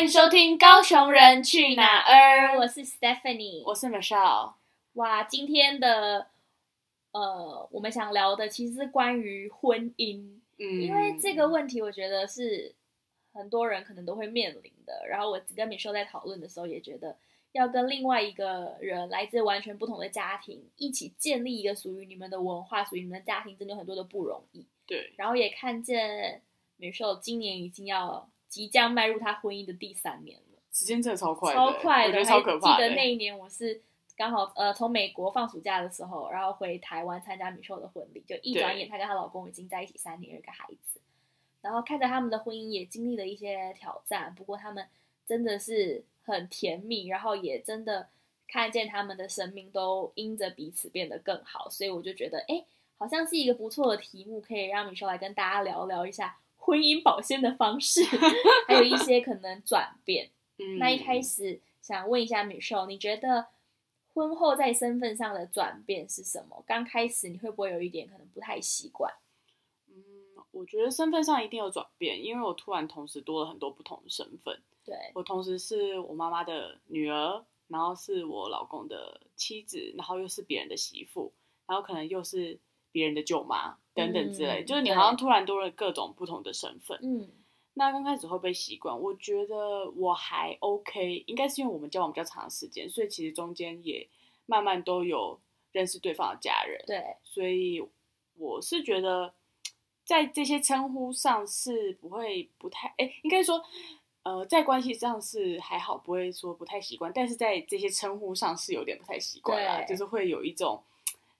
迎收听《高雄人去哪儿》，我是 Stephanie。我是 Michelle。哇，今天的呃，我们想聊的其实是关于婚姻，嗯因为这个问题，我觉得是很多人可能都会面临的。然后我跟 Michelle 在讨论的时候，也觉得要跟另外一个人来自完全不同的家庭，一起建立一个属于你们的文化、属于你们的家庭，真的有很多的不容易。对然后也看见 Michelle 今年已经要即将迈入她婚姻的第三年了。时间真的超快的，超我快的，觉得还超可怕记的。欸得那一年我是刚好呃从美国放暑假的时候，然后回台湾参加米秀的婚礼，就一转眼她跟她老公已经在一起三年，有一个孩子。然后看着他们的婚姻也经历了一些挑战，不过他们真的是很甜蜜，然后也真的看见他们的生命都因着彼此变得更好，所以我就觉得哎，诶好像是一个不错的题目，可以让米秀来跟大家聊聊一下婚姻保鲜的方式， 还有一些可能转变。嗯那一开始想问一下米秀，你觉得婚后在身份上的转变是什么？刚开始你会不会有一点可能不太习惯？嗯，我觉得身份上一定有转变，因为我突然同时多了很多不同的身份。对，我同时是我妈妈的女儿，然后是我老公的妻子，然后又是别人的媳妇，然后可能又是别人的舅妈等等之类，嗯就是你对好像突然多了各种不同的身份。嗯，那刚开始会被习惯，我觉得我还 OK，应该是因为我们交往比较长的时间，所以其实中间也慢慢都有认识对方的家人，对，所以我是觉得在这些称呼上是不会不太，哎、应该说。呃，在关系上是还好，不会说不太习惯，但是在这些称呼上是有点不太习惯啦，对就是会有一种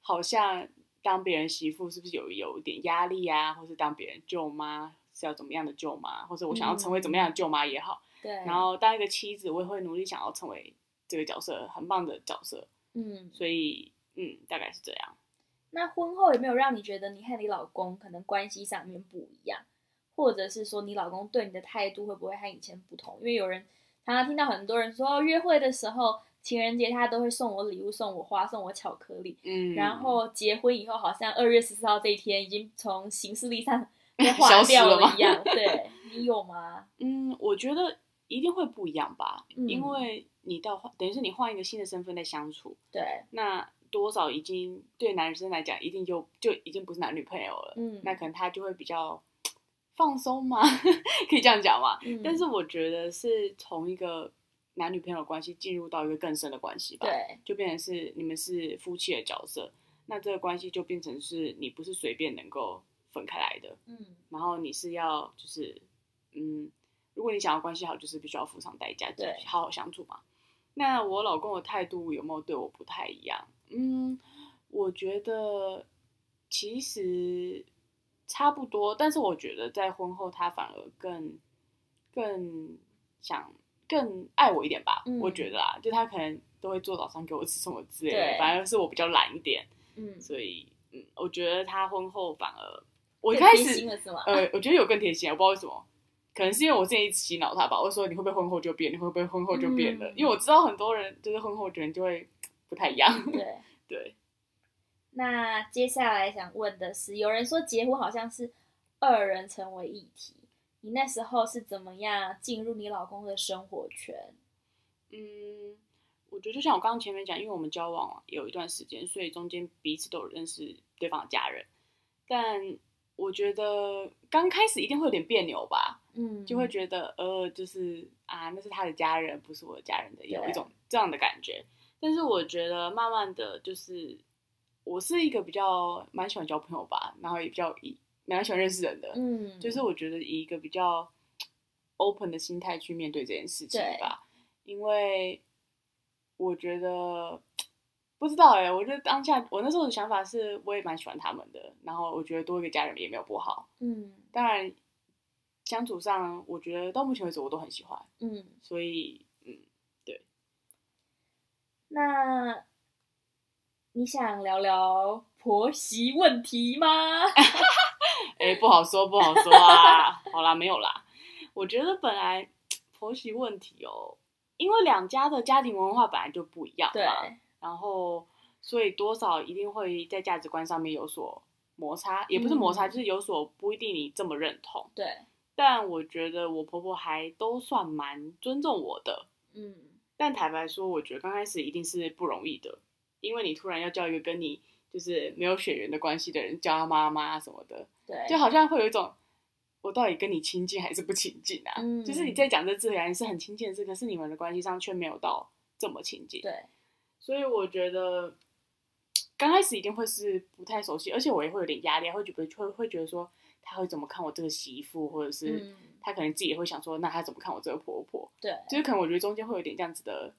好像当别人媳妇是不是有有一点压力啊，或是当别人舅妈是要怎么样的舅妈，或者我想要成为怎么样的舅妈也好，对，然后当一个妻子，我也会努力想要成为这个角色很棒的角色，嗯，所以嗯，大概是这样。那婚后有没有让你觉得你和你老公可能关系上面不一样，或者是说你老公对你的态度会不会和以前不同？因为有人常常听到很多人说，哦约会的时候情人节他都会送我礼物、送我花、送我巧克力，嗯，然后结婚以后，好像二月十四号这一天已经从行事历 上被消划失掉了吗一样。 对你有吗？嗯，我觉得一定会不一样吧，嗯因为你到换，等于是你换一个新的身份在相处，对，那多少已经对男生来讲，一定就就已经不是男女朋友了，嗯，那可能他就会比较放松嘛， 可以这样讲嘛。嗯但是我觉得是从一个男女朋友的关系进入到一个更深的关系吧，对，就变成是你们是夫妻的角色，那这个关系就变成是你不是随便能够分开来的，嗯，然后你是要就是嗯，如果你想要关系好，就是必须要付上代价，对好好相处嘛。那我老公的态度有没有对我不太一样？嗯，我觉得其实差不多，但是我觉得在婚后他反而更更想更爱我一点吧。嗯我觉得啦，就他可能都会做早餐给我吃什么之类的，对反而是我比较懒一点，嗯，所以嗯，我觉得他婚后反而我一更开贴始心了是吗？呃，我觉得有更贴心，我不知道为什么，可能是因为我之前一直洗脑他吧。我说你会不会婚后就变？你会不会婚后就变了？嗯因为我知道很多人就是婚后的人就会不太一样。 对。对，那接下来想问的是，有人说结婚好像是二人成为一体，你那时候是怎么样进入你老公的生活圈？嗯，我觉得就像我刚刚前面讲，因为我们交往有一段时间，所以中间彼此都有认识对方的家人，但我觉得刚开始一定会有点别扭吧。嗯，就会觉得呃，就是啊，那是他的家人，不是我的家人的，有对一种这样的感觉。但是我觉得慢慢的就是，我是一个比较蛮喜欢交朋友吧，然后也比较以蛮喜欢认识人的，嗯，就是我觉得以一个比较 open 的心态去面对这件事情吧，因为我觉得不知道哎、我觉得当下我那时候的想法是，我也蛮喜欢他们的，然后我觉得多一个家人也没有不好，嗯当然，相处上我觉得到目前为止我都很喜欢，嗯，所以嗯，那你想聊聊婆媳问 题吗？哎、不好说，不好说啊。 好啦，没有啦。我觉得本来婆媳问题哦，因为两家的家庭文化本来就不一样对，嘛，然后所以多少一定会在价值观上面有所摩擦，也不是摩擦，嗯就是有所不一定你这么认同。对，但我觉得我婆婆还都算蛮尊重我的。嗯，但坦白说，我觉得刚开始一定是不容易的，因为你突然要叫一个跟你就是没有血缘的关系的人叫他妈妈什么的，对，就好像会有一种我到底跟你亲近还是不亲近啊？嗯就是你在讲这自然是很亲近的事，可是你们的关系上却没有到这么亲近。对，所以我觉得刚开始一定会是不太熟悉，而且我也会有点压力，会觉得会会觉得说他会怎么看我这个媳妇，或者是嗯，他可能自己也会想说，那他怎么看我这个婆婆？对，就是可能我觉得中间会有点这样子的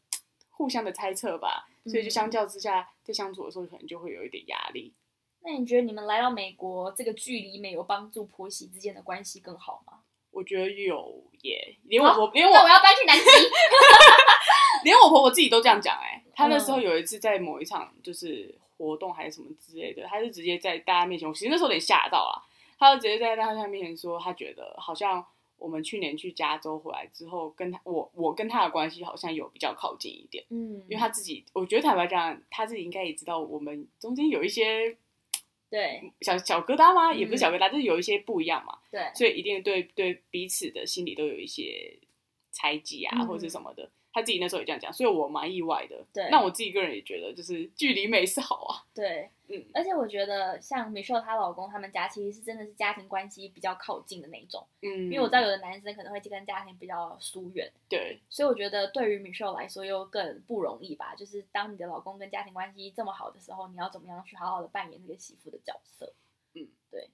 互相的猜测吧，所以嗯就相较之下，在相处的时候可能就会有一点压力。那你觉得你们来到美国这个距离美有帮助婆媳之间的关系更好吗？我觉得有耶，连好我我连哦那我我要搬去南极。 连我婆婆自己都这样讲哎、嗯她那时候有一次在某一场就是活动还是什么之类的，她就直接在大家面前，我其实那时候有点吓到啊，她就直接在大家面前说，她觉得好像我们去年去加州回来之后，跟她我我跟她的关系好像有比较靠近一点，嗯，因为她自己，我觉得坦白讲，她自己应该也知道我们中间有一些对小小疙瘩吗？嗯也不是小疙瘩，就是有一些不一样嘛，对，所以一定对对彼此的心里都有一些猜忌啊，嗯或者是什么的。他自己那时候也这样讲，所以我蛮意外的。对那我自己个人也觉得，就是距离美是好啊。对，嗯而且我觉得像 Michelle 她老公他们家其实是真的是家庭关系比较靠近的那一种，嗯， 因为我知道有的男生可能会跟家庭比较疏远，对所以我觉得对于 Michelle 来说又更不容易吧。就是当你的老公跟家庭关系这么好的时候，你要怎么样去好好的扮演这个媳妇的角色？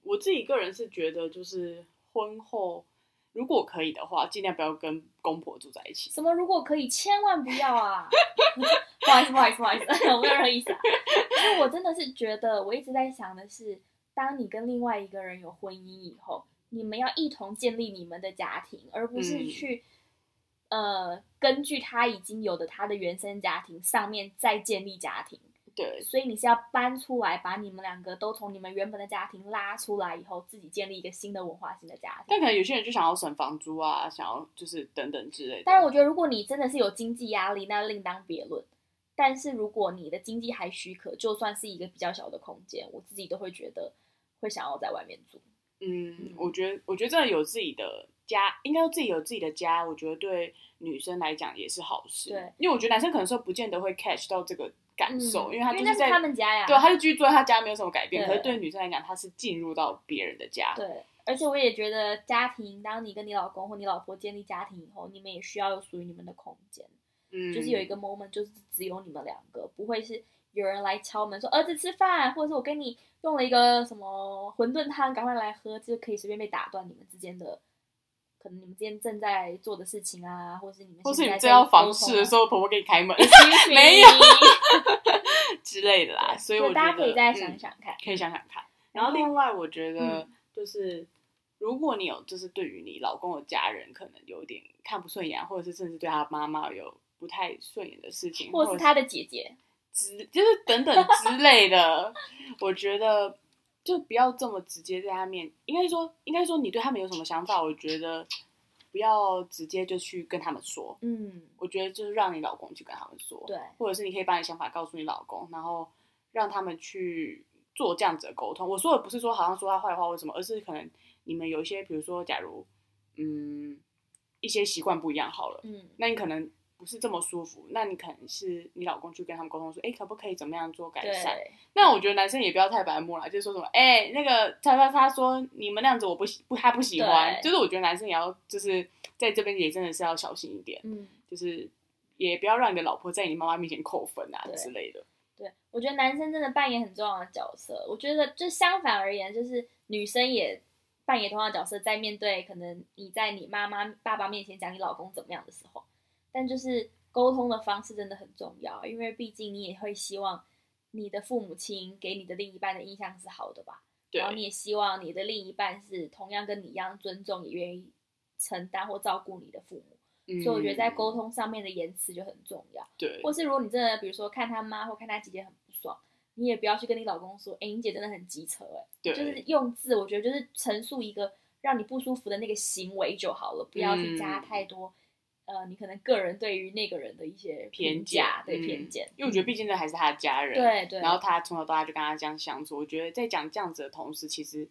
我自己个人是觉得，就是婚后如果可以的话，尽量不要跟公婆住在一起。什么如果可以，千万不要啊！ 不好意思，不好意思，不好 意思，我没有任何意思、啊。因为我真的是觉得，我一直在想的是，当你跟另外一个人有婚姻以后，你们要一同建立你们的家庭，而不是嗯去、呃根据他已经有的他的原生家庭上面再建立家庭。对所以你是要搬出来，把你们两个都从你们原本的家庭拉出来以后，自己建立一个新的文化、新的家庭。但可能有些人就想要省房租啊，想要就是等等之类的。当然，我觉得如果你真的是有经济压力，那另当别论。但是如果你的经济还许可，就算是一个比较小的空间，我自己都会觉得会想要在外面住。嗯，我觉得，我觉得真的有自己的家，应该说自己有自己的家，我觉得对女生来讲也是好事。对，嗯因为我觉得男生可能说不见得会 catch 到这个感受，因为他就那是在他们家呀，对，他就居住在他家，没有什么改变。对可是对女生来讲，他是进入到别人的家。对。而且我也觉得，家庭当你跟你老公或你老婆建立家庭以后，你们也需要有属于你们的空间。嗯，就是有一个 moment，就是只有你们两个，不会是有人来敲门说儿子吃饭，或者是我跟你用了一个什么馄饨汤，赶快来喝，就可以随便被打断你们之间的，可能你们之间正在做的事情啊，或者是你们或是你现在正在啊要房事的时候，候，婆婆给你开门 Excuse me 没有之类的啦。所以我就觉得大家可以再想嗯一想看，可以想想看。然然后后嗯另外，我觉得就是，如果你有就是对于你老公的家人可能有点看不顺眼啊，或者是甚至对他妈妈有不太顺眼的事情，或或者者是他的姐姐，之就是等等之类的，我觉得就不要这么直接在他面，应该说应该说你对他们有什么想法，我觉得不要直接就去跟他们说，嗯，我觉得就是让你老公去跟他们说，对，或者是你可以把你想法告诉你老公，然后让他们去做这样子的沟通。我说的不是说好像说他坏话或什么，而是可能你们有一些，比如说，假如嗯一些习惯不一样好了，嗯，那你可能不是这么舒服，那你可能是你老公去跟他们沟通说，哎、可不可以怎么样做改善？对，那我觉得男生也不要太白目了，就是说什么，哎、那个他他他说你们那样子我不喜不他不喜欢，对就是我觉得男生也要就是在这边也真的是要小心一点。嗯。就是也不要让你的老婆在你妈妈面前扣分啊对之类的。对，我觉得男生真的扮演很重要的角色。我觉得就相反而言，就是女生也扮演同样的角色，在面对可能你在你妈妈、爸爸面前讲你老公怎么样的时候，但就是沟通的方式真的很重要，因为毕竟你也会希望你的父母亲给你的另一半的印象是好的吧，对然后你也希望你的另一半是同样跟你一样尊重，也愿意承担或照顾你的父母，嗯所以我觉得在沟通上面的言辞就很重要。对或是如果你真的比如说看他妈或看他姐姐很不爽，你也不要去跟你老公说，哎、你姐真的很机车、哎，对就是用字，我觉得就是陈述一个让你不舒服的那个行为就好了，不要嗯去加太多，呃，你可能个人对于那个人的一些偏见价，对嗯偏见，因为我觉得毕竟这还是他的家人，对对，然后他从小到大就跟他这样相处，我觉得在讲这样子的同时，其实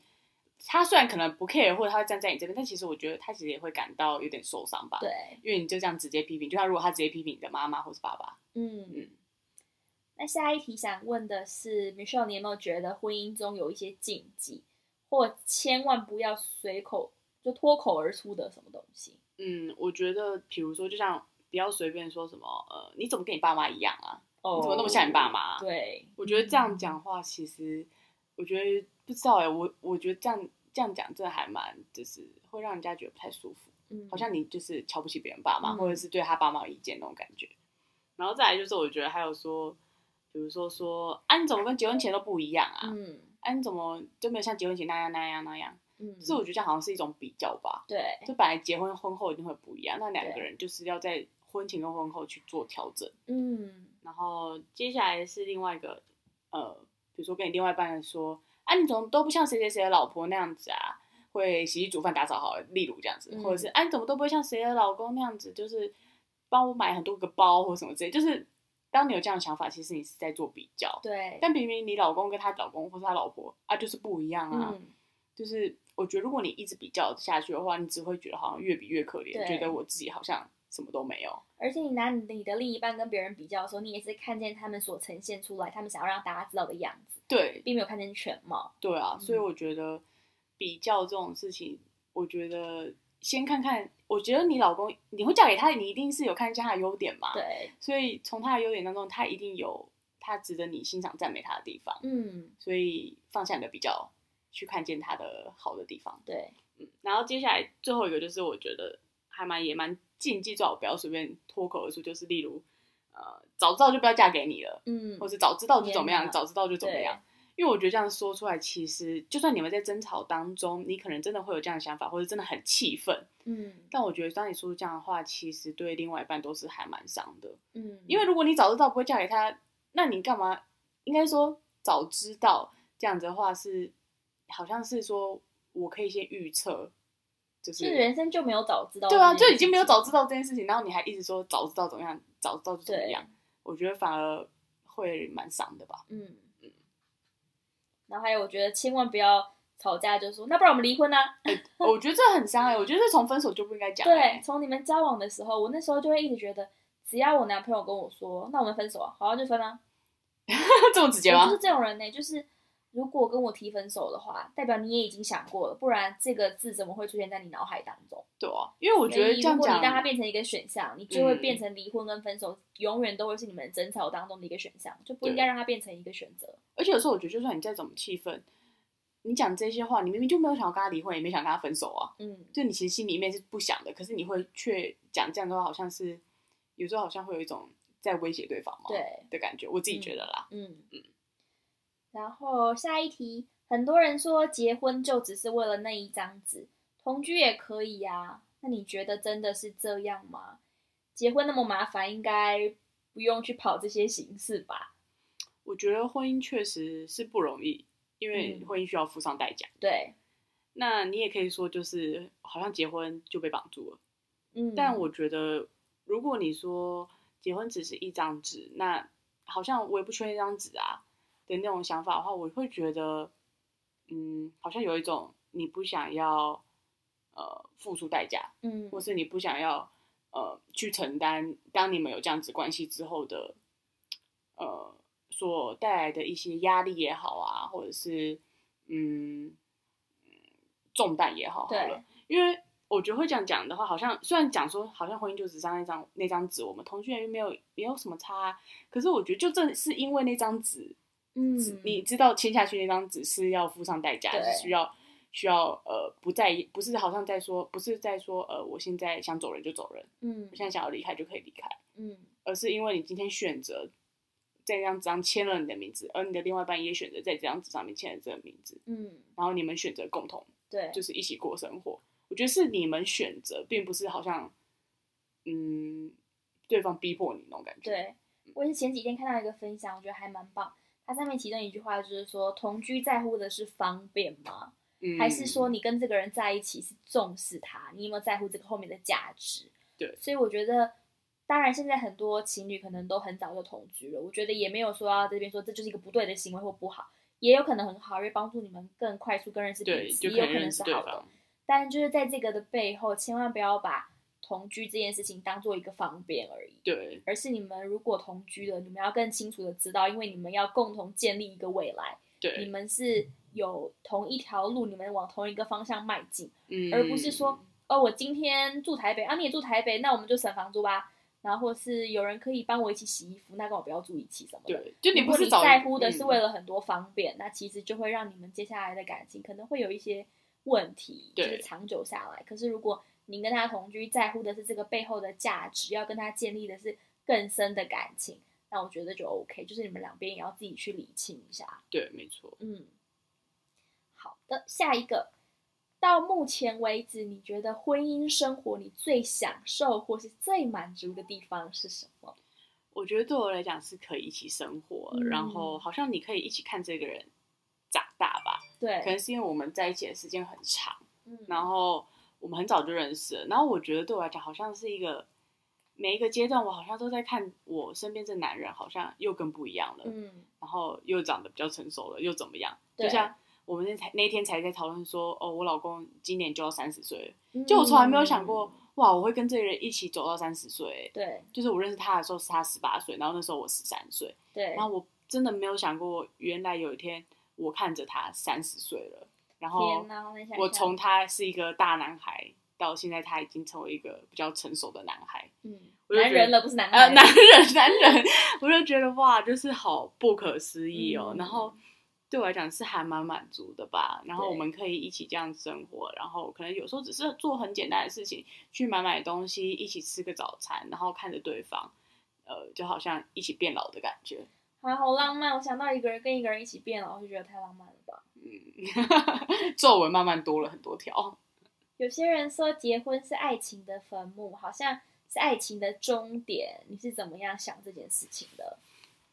他虽然可能不 care 或者他会站在你这边，但其实我觉得他其实也会感到有点受伤吧。对，因为你就这样直接批评，就像如果他直接批评你的妈妈或是爸爸，嗯嗯。那下一题想问的是，Michelle，你有没有觉得婚姻中有一些禁忌，或千万不要随口就脱口而出的什么东西？嗯，我觉得比如说就像不要随便说什么呃，你怎么跟你爸妈一样啊？哦你怎么那么像你爸妈、啊？对，我觉得这样讲话，其实我觉得不知道哎、我我觉得这样这样讲，真的还蛮就是会让人家觉得不太舒服，嗯好像你就是瞧不起别人爸妈，嗯或者是对他爸妈有意见那种感觉。然后再来就是，我觉得还有说，比如说说，啊你怎么跟结婚前都不一样啊？嗯啊你怎么就没有像结婚前那样那样那样？嗯，就是我觉得这样好像是一种比较吧，对就本来结婚婚后一定会不一样，那两个对人就是要在婚前跟婚后去做调整。嗯然后接下来是另外一个，呃，比如说跟你另外一半说，啊，你怎么都不像谁谁谁的老婆那样子啊，会洗衣煮饭打扫好了，例如这样子，嗯或者是啊，你怎么都不会像谁的老公那样子，就是帮我买很多个包或什么之类，就是当你有这样的想法，其实你是在做比较，对，但明明你老公跟她老公或是她老婆啊，就是不一样啊，嗯就是我觉得如果你一直比较下去的话，你只会觉得好像越比越可对怜，觉得我自己好像什么都没有，而且你拿你你的另一半跟别人比较的时候，你也是看见他们所呈现出来，他们想要让大家知道的样子，对，并没有看见全貌。对啊，所以嗯我觉得比较这种事情，我觉得先看看。我觉得你老公，你会嫁给他，你一定是有看见他的优点嘛。。对，所以从他的优点当中，他一定有他值得你欣赏、赞美他的地方。嗯，所以放下你的比较，去看见他的好的地方。对，嗯。然后接下来最后一个就是，我觉得还蛮也蛮禁忌，最好不要随便脱口而出，就是例如，呃，早知道就不要嫁给你了。嗯或，是早知道就怎么天样，哪早知道就怎么样。因为我觉得这样说出来，其实就算你们在争吵当中，你可能真的会有这样的想法，或者真的很气愤。嗯但我觉得当你说出这样的话，其实对另外一半都是还蛮伤的。嗯，因为如果你早知道不会嫁给他，那你干嘛？应该说早知道这样子的话是，好像是说我可以先预测，就是是人生就没有早知道这对件啊，事情，就已经没有早知道这件事情，然后你还一直说早知道怎么样，早知道就怎么样，我觉得反而会蛮伤的吧。嗯嗯。然后还有，我觉得千万不要吵架就说，那不然我们离婚啊？ 我觉得这很伤哎、我觉得这从分手就不应该讲、对，欸。从你们交往的时候，我那时候就会一直觉得，只要我男朋友跟我说，那我们分手啊，好啊，就分啊。对， 这么直接我吗就是？这种人呢、就是如果跟我提分手的话，代表你也已经想过了，不然这个字怎么会出现在你脑海当中？对啊，因为我觉得这样如果你讲，让它变成一个选项，你就会嗯变成离婚跟分手，永远都会是你们争吵当中的一个选项，就不应该让它变成一个选择。而且有时候我觉得，就算你再怎么气愤，你讲这些话，你明明就没有想要跟他离婚，也没想跟他分手啊，嗯，就你其实心里面是不想的，可是你会却讲这样的话，好像是有时候好像会有一种在威胁对方嘛，对，的感觉，我自己觉得啦。嗯嗯。然后下一题，很多人说结婚就只是为了那一张纸，同居也可以啊。那你觉得真的是这样吗？结婚那么麻烦，应该不用去跑这些形式吧？我觉得婚姻确实是不容易，因为嗯婚姻需要付上代价。对，那你也可以说，就是好像结婚就被绑住了。嗯，但我觉得，如果你说结婚只是一张纸，那好像我也不缺那张纸啊的那种想法的话，我会觉得，嗯，好像有一种你不想要呃付出代价，嗯或是你不想要呃去承担，当你们有这样子关系之后的呃所带来的一些压力也好啊，或者是嗯嗯重担也好，好对了，因为我觉得会这样讲的话，好像虽然讲说好像婚姻就只上那张那张纸，我们同居人又没有没有什么差啊、可是我觉得就正是因为那张纸，嗯只你知道签下去那张纸是要付上代价，对是需要需要呃不在意，不是好像在说，不是在说呃我现在想走人就走人，嗯我现在想要离开就可以离开，嗯而是因为你今天选择在这张纸上签了你的名字，而你的另外一半也选择在这张纸上面签了这个名字，嗯，然后你们选择共同对，就是一起过生活。我觉得是你们选择，并不是好像嗯对方逼迫你那种感觉。对，我也是前几天看到一个分享，我觉得还蛮棒。它上面其中一句话就是说，同居在乎的是方便吗？嗯还是说你跟这个人在一起是重视他？你有没有在乎这个后面的价值？对所以我觉得，当然现在很多情侣可能都很早就同居了，我觉得也没有说要这边说这就是一个不对的行为或不好，也有可能很好，会帮助你们更快速、更认识对，彼此，就也有可能认是识对好的。方。但就是在这个的背后，千万不要把同居这件事情当做一个方便而已，对而是你们如果同居了，你们要更清楚的知道，因为你们要共同建立一个未来，你对，们是有同一条路，你们往同一个方向迈进。嗯，而不是说哦，我今天住台北啊，你也住台北，那我们就省房租吧。然后或是有人可以帮我一起洗衣服，那跟我不要住一起什么的。对，就你如果不你是找嗯在乎的是为了了很多方便，那其实就会让你们接下来的感情可能会有一些问题，就对是长久下来。可是如果你跟他同居，在乎的是这个背后的价值，要跟他建立的是更深的感情，那我觉得就 OK，就是你们两边也要自己去理清一下。对，没错。嗯，好的，下一个，到目前为止，你觉得婚姻生活你最享受或是最满足的地方是什么？我觉得对我来讲是可以一起生活，嗯然后好像你可以一起看这个人长大吧。可对，能是因为我们在一起的时间很长，嗯，然后我们很早就认识了，然后我觉得对我来讲好像是一个每一个阶段，我好像都在看我身边这男人好像又更不一样了，嗯，然后又长得比较成熟了，又怎么样？对就像我们那才那天才在讨论说，哦，我老公今年就要三十岁了，就我从来没有想过嗯，，哇，我会跟这个人一起走到三十岁。对就是我认识他的时候是他十八岁，然后那时候我十三岁，对，然后我真的没有想过，原来有一天我看着他三十岁了，然后天哪，我想我想从他是一个大男孩到现在他已经成为一个比较成熟的男孩，嗯，我就男觉得人了不是男呃，孩，男人，男人，我就觉得哇，就是好不可思议哦。嗯然后对我来讲是还蛮满足的吧。然后对我们可以一起这样生活，然后可能有时候只是做很简单的事情，去买买东西，一起吃个早餐，然后看着对方，呃，就好像一起变老的感觉。 啊，好浪漫。我想到一个人跟一个人一起变老，我就觉得太浪漫了吧。嗯，皱纹慢慢多了很多条。有些人说结婚是爱情的坟墓，好像是爱情的终点。你是怎么样想这件事情的？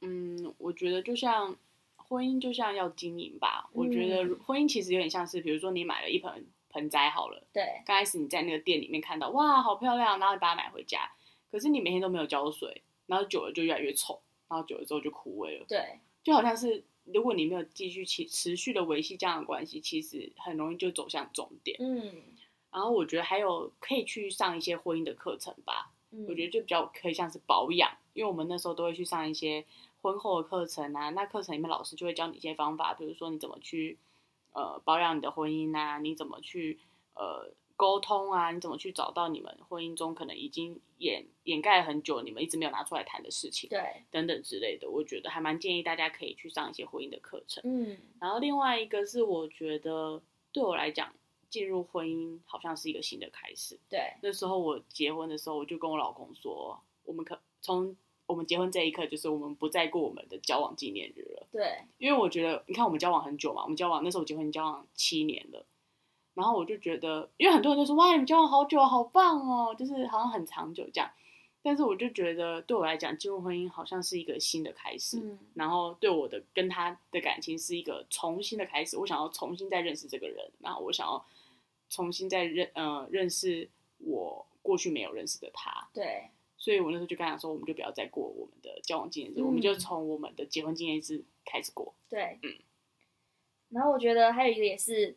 嗯，我觉得就像婚姻，就像要经营吧。我觉得嗯婚姻其实有点像是，比如说你买了一盆盆栽好了。对，刚开始你在那个店里面看到，哇，好漂亮，然后你把它买回家，可是你每天都没有浇水，然后久了就越来越丑，然后久了之后就枯萎了，对，就好像是如果你没有继续持持续的维系这样的关系，其实很容易就走向终点。嗯。然后我觉得还有可以去上一些婚姻的课程吧，嗯我觉得就比较可以像是保养，因为我们那时候都会去上一些婚后的课程啊，那课程里面老师就会教你一些方法，比如说你怎么去呃保养你的婚姻啊，你怎么去呃沟通啊，你怎么去找到你们婚姻中可能已经掩掩盖很久，你们一直没有拿出来谈的事情对，等等之类的，我觉得还蛮建议大家可以去上一些婚姻的课程。嗯然后另外一个是我觉得对我来讲，进入婚姻好像是一个新的开始。对，那时候我结婚的时候，我就跟我老公说，我们可从我们结婚这一刻，就是我们不再过我们的交往纪念日了。对，因为我觉得，你看我们交往很久嘛，我们交往那时候我结婚交往七年了，然后我就觉得，因为很多人都说哇，你们交往好久，好棒哦，就是好像很长久这样。但是我就觉得，对我来讲，进入婚姻好像是一个新的开始。嗯然后对我的跟他的感情是一个重新的开始，我想要重新再认识这个人，然后我想要重新再认呃认识我过去没有认识的他，对，所以我那时候就跟他说，我们就不要再过我们的交往纪念日，嗯我们就从我们的结婚纪念日开始过。对，嗯。然后我觉得还有一个也是，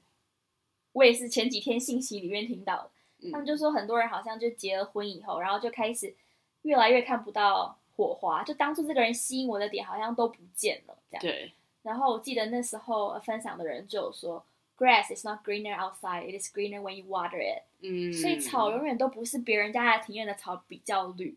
我也是前几天信息里面听到的，他嗯，们就说很多人好像就结了婚以后，然后就开始越来越看不到火花，就当初这个人吸引我的点好像都不见了这样。对然后我记得那时候呃分享的人就有说，grass is not greener outside, it is greener when you water it、嗯，所以草永远都不是别人家的庭院的草比较绿，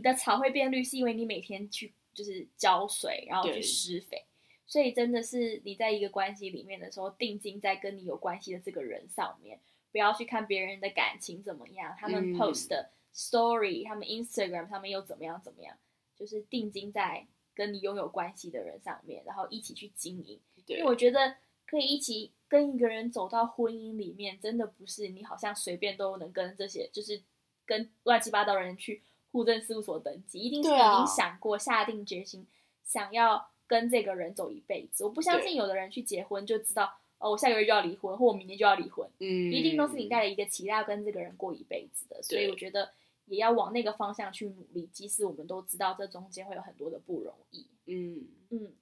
对的草会变绿，是因为你每天去就是浇水，然后去对施肥。所以真的是你在一个关系里面的时候，定睛在跟你有关系的这个人上面，不要去看别人的感情怎么样，他们嗯 post 的 story，、他们 Instagram，他们又怎么样怎么样，就是定睛在跟你拥有关系的人上面，然后一起去经营。因为我对觉得可以一起跟一个人走到婚姻里面，真的不是你好像随便都能跟这些，就是跟乱七八糟的人去户政事务所登记，一定是对已啊经想过、下定决心，想要跟这个人走一辈子。我不相对信有的人去结婚就知道，哦，我下个月就要离婚，或我明年就要离婚，嗯，一定都是你带着一个期待要跟这个人过一辈子的。所以对我觉得。也要往那个方向去努力，即使我们都知道这中间会有很多的不容易。嗯，嗯，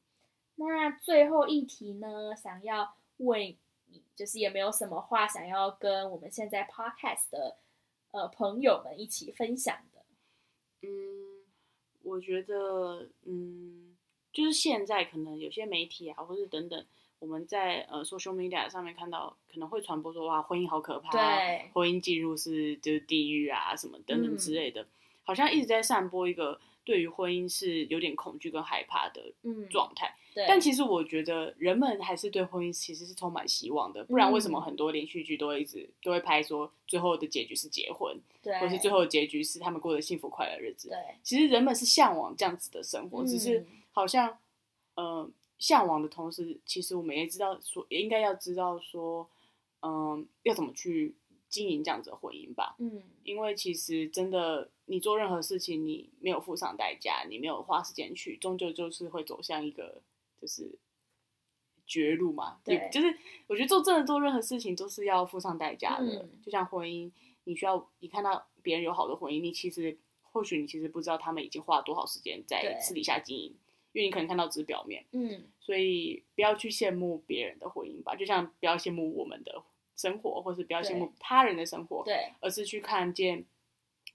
那最后一题呢，想要问你，就是有没有什么话想要跟我们现在 podcast 的呃朋友们一起分享的？嗯，我觉得，嗯，就是现在可能有些媒体啊，或是等等，我们在呃 social media 上面看到，可能会传播说哇，婚姻好可怕、啊对，婚姻进入是就是地狱啊，什么等等之嗯类的，好像一直在散播一个对于婚姻是有点恐惧跟害怕的嗯，状态。对，但其实我觉得人们还是对婚姻其实是充满希望的，不然为什嗯么很多连续剧都会一直都会拍说最后的结局是结婚，对，或是最后的结局是他们过着幸福快乐的日子？对，其实人们是向往这样子的生活，只是嗯好像呃向往的同时，其实我们也知道说也应该要知道说，嗯、要怎么去经营这样子的婚姻吧。嗯，因为其实真的，你做任何事情，你没有付上代价，你没有花时间去，终究就是会走向一个就是绝路嘛。对也就是我觉得做真的做任何事情都是要付上代价的，嗯就像婚姻，你需要你看到别人有好的婚姻，你其实或许你其实不知道他们已经花了多少时间在对私底下经营，因为你可能看到只是表面，嗯，所以不要去羡慕别人的婚姻吧，就像不要羡慕我们的生活，或是不要羡慕对他人的生活。对，而是去看见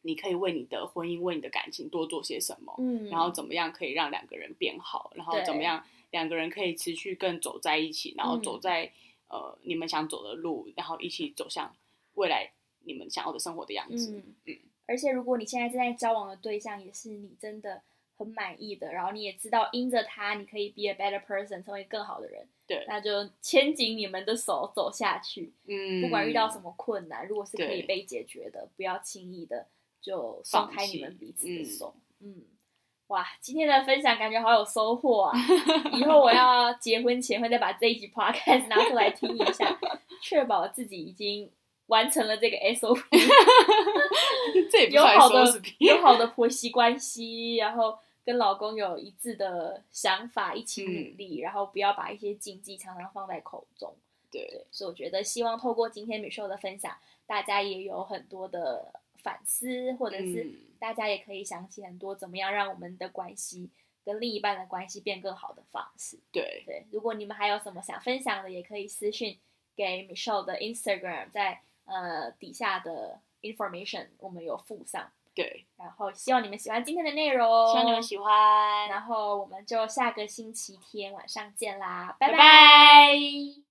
你可以为你的婚姻、为你的感情多做些什么，嗯，然后怎么样可以让两个人变好，然后对嗯怎么样两个人可以持续更走在一起，然后走在、呃你们想走的路，然后一起走向未来你们想要的生活的样子。嗯，而且如果你现在正在交往的对象也是你真的很满意的，然后你也知道因着他你可以 be a better person，成为更好的人，对那就牵紧你们的手走下去，嗯不管遇到什么，么困难，如果是可对以被解决的，不要轻易的就松开你们放弃彼此的嗯手，嗯。哇，今天的分享感觉好有收获啊！以后 我要结婚前会再把这一集 podcast 拿出来听一下，确保自己已经完成了这 个 SOP。 这也不有算好奢侈的品。有好的婆媳关系，然后跟老公有一致的想法，一起嗯努力，然后不要把一些禁忌常常放在口中。对， 对，所以我觉得希望透过今天米秀的分享，大家也有很多的反思，或者是嗯大家也可以想起很多怎么样让我们的关系跟另一半的关系变更好的方式。对，对，如果你们还有什么想分享的，也可以私讯给 Michelle 的 Instagram，在呃底下的 information 我们有附上。对，然后希望你们喜欢今天的内容，希望你们喜欢。然后我们就下个星期天晚上见啦，拜拜拜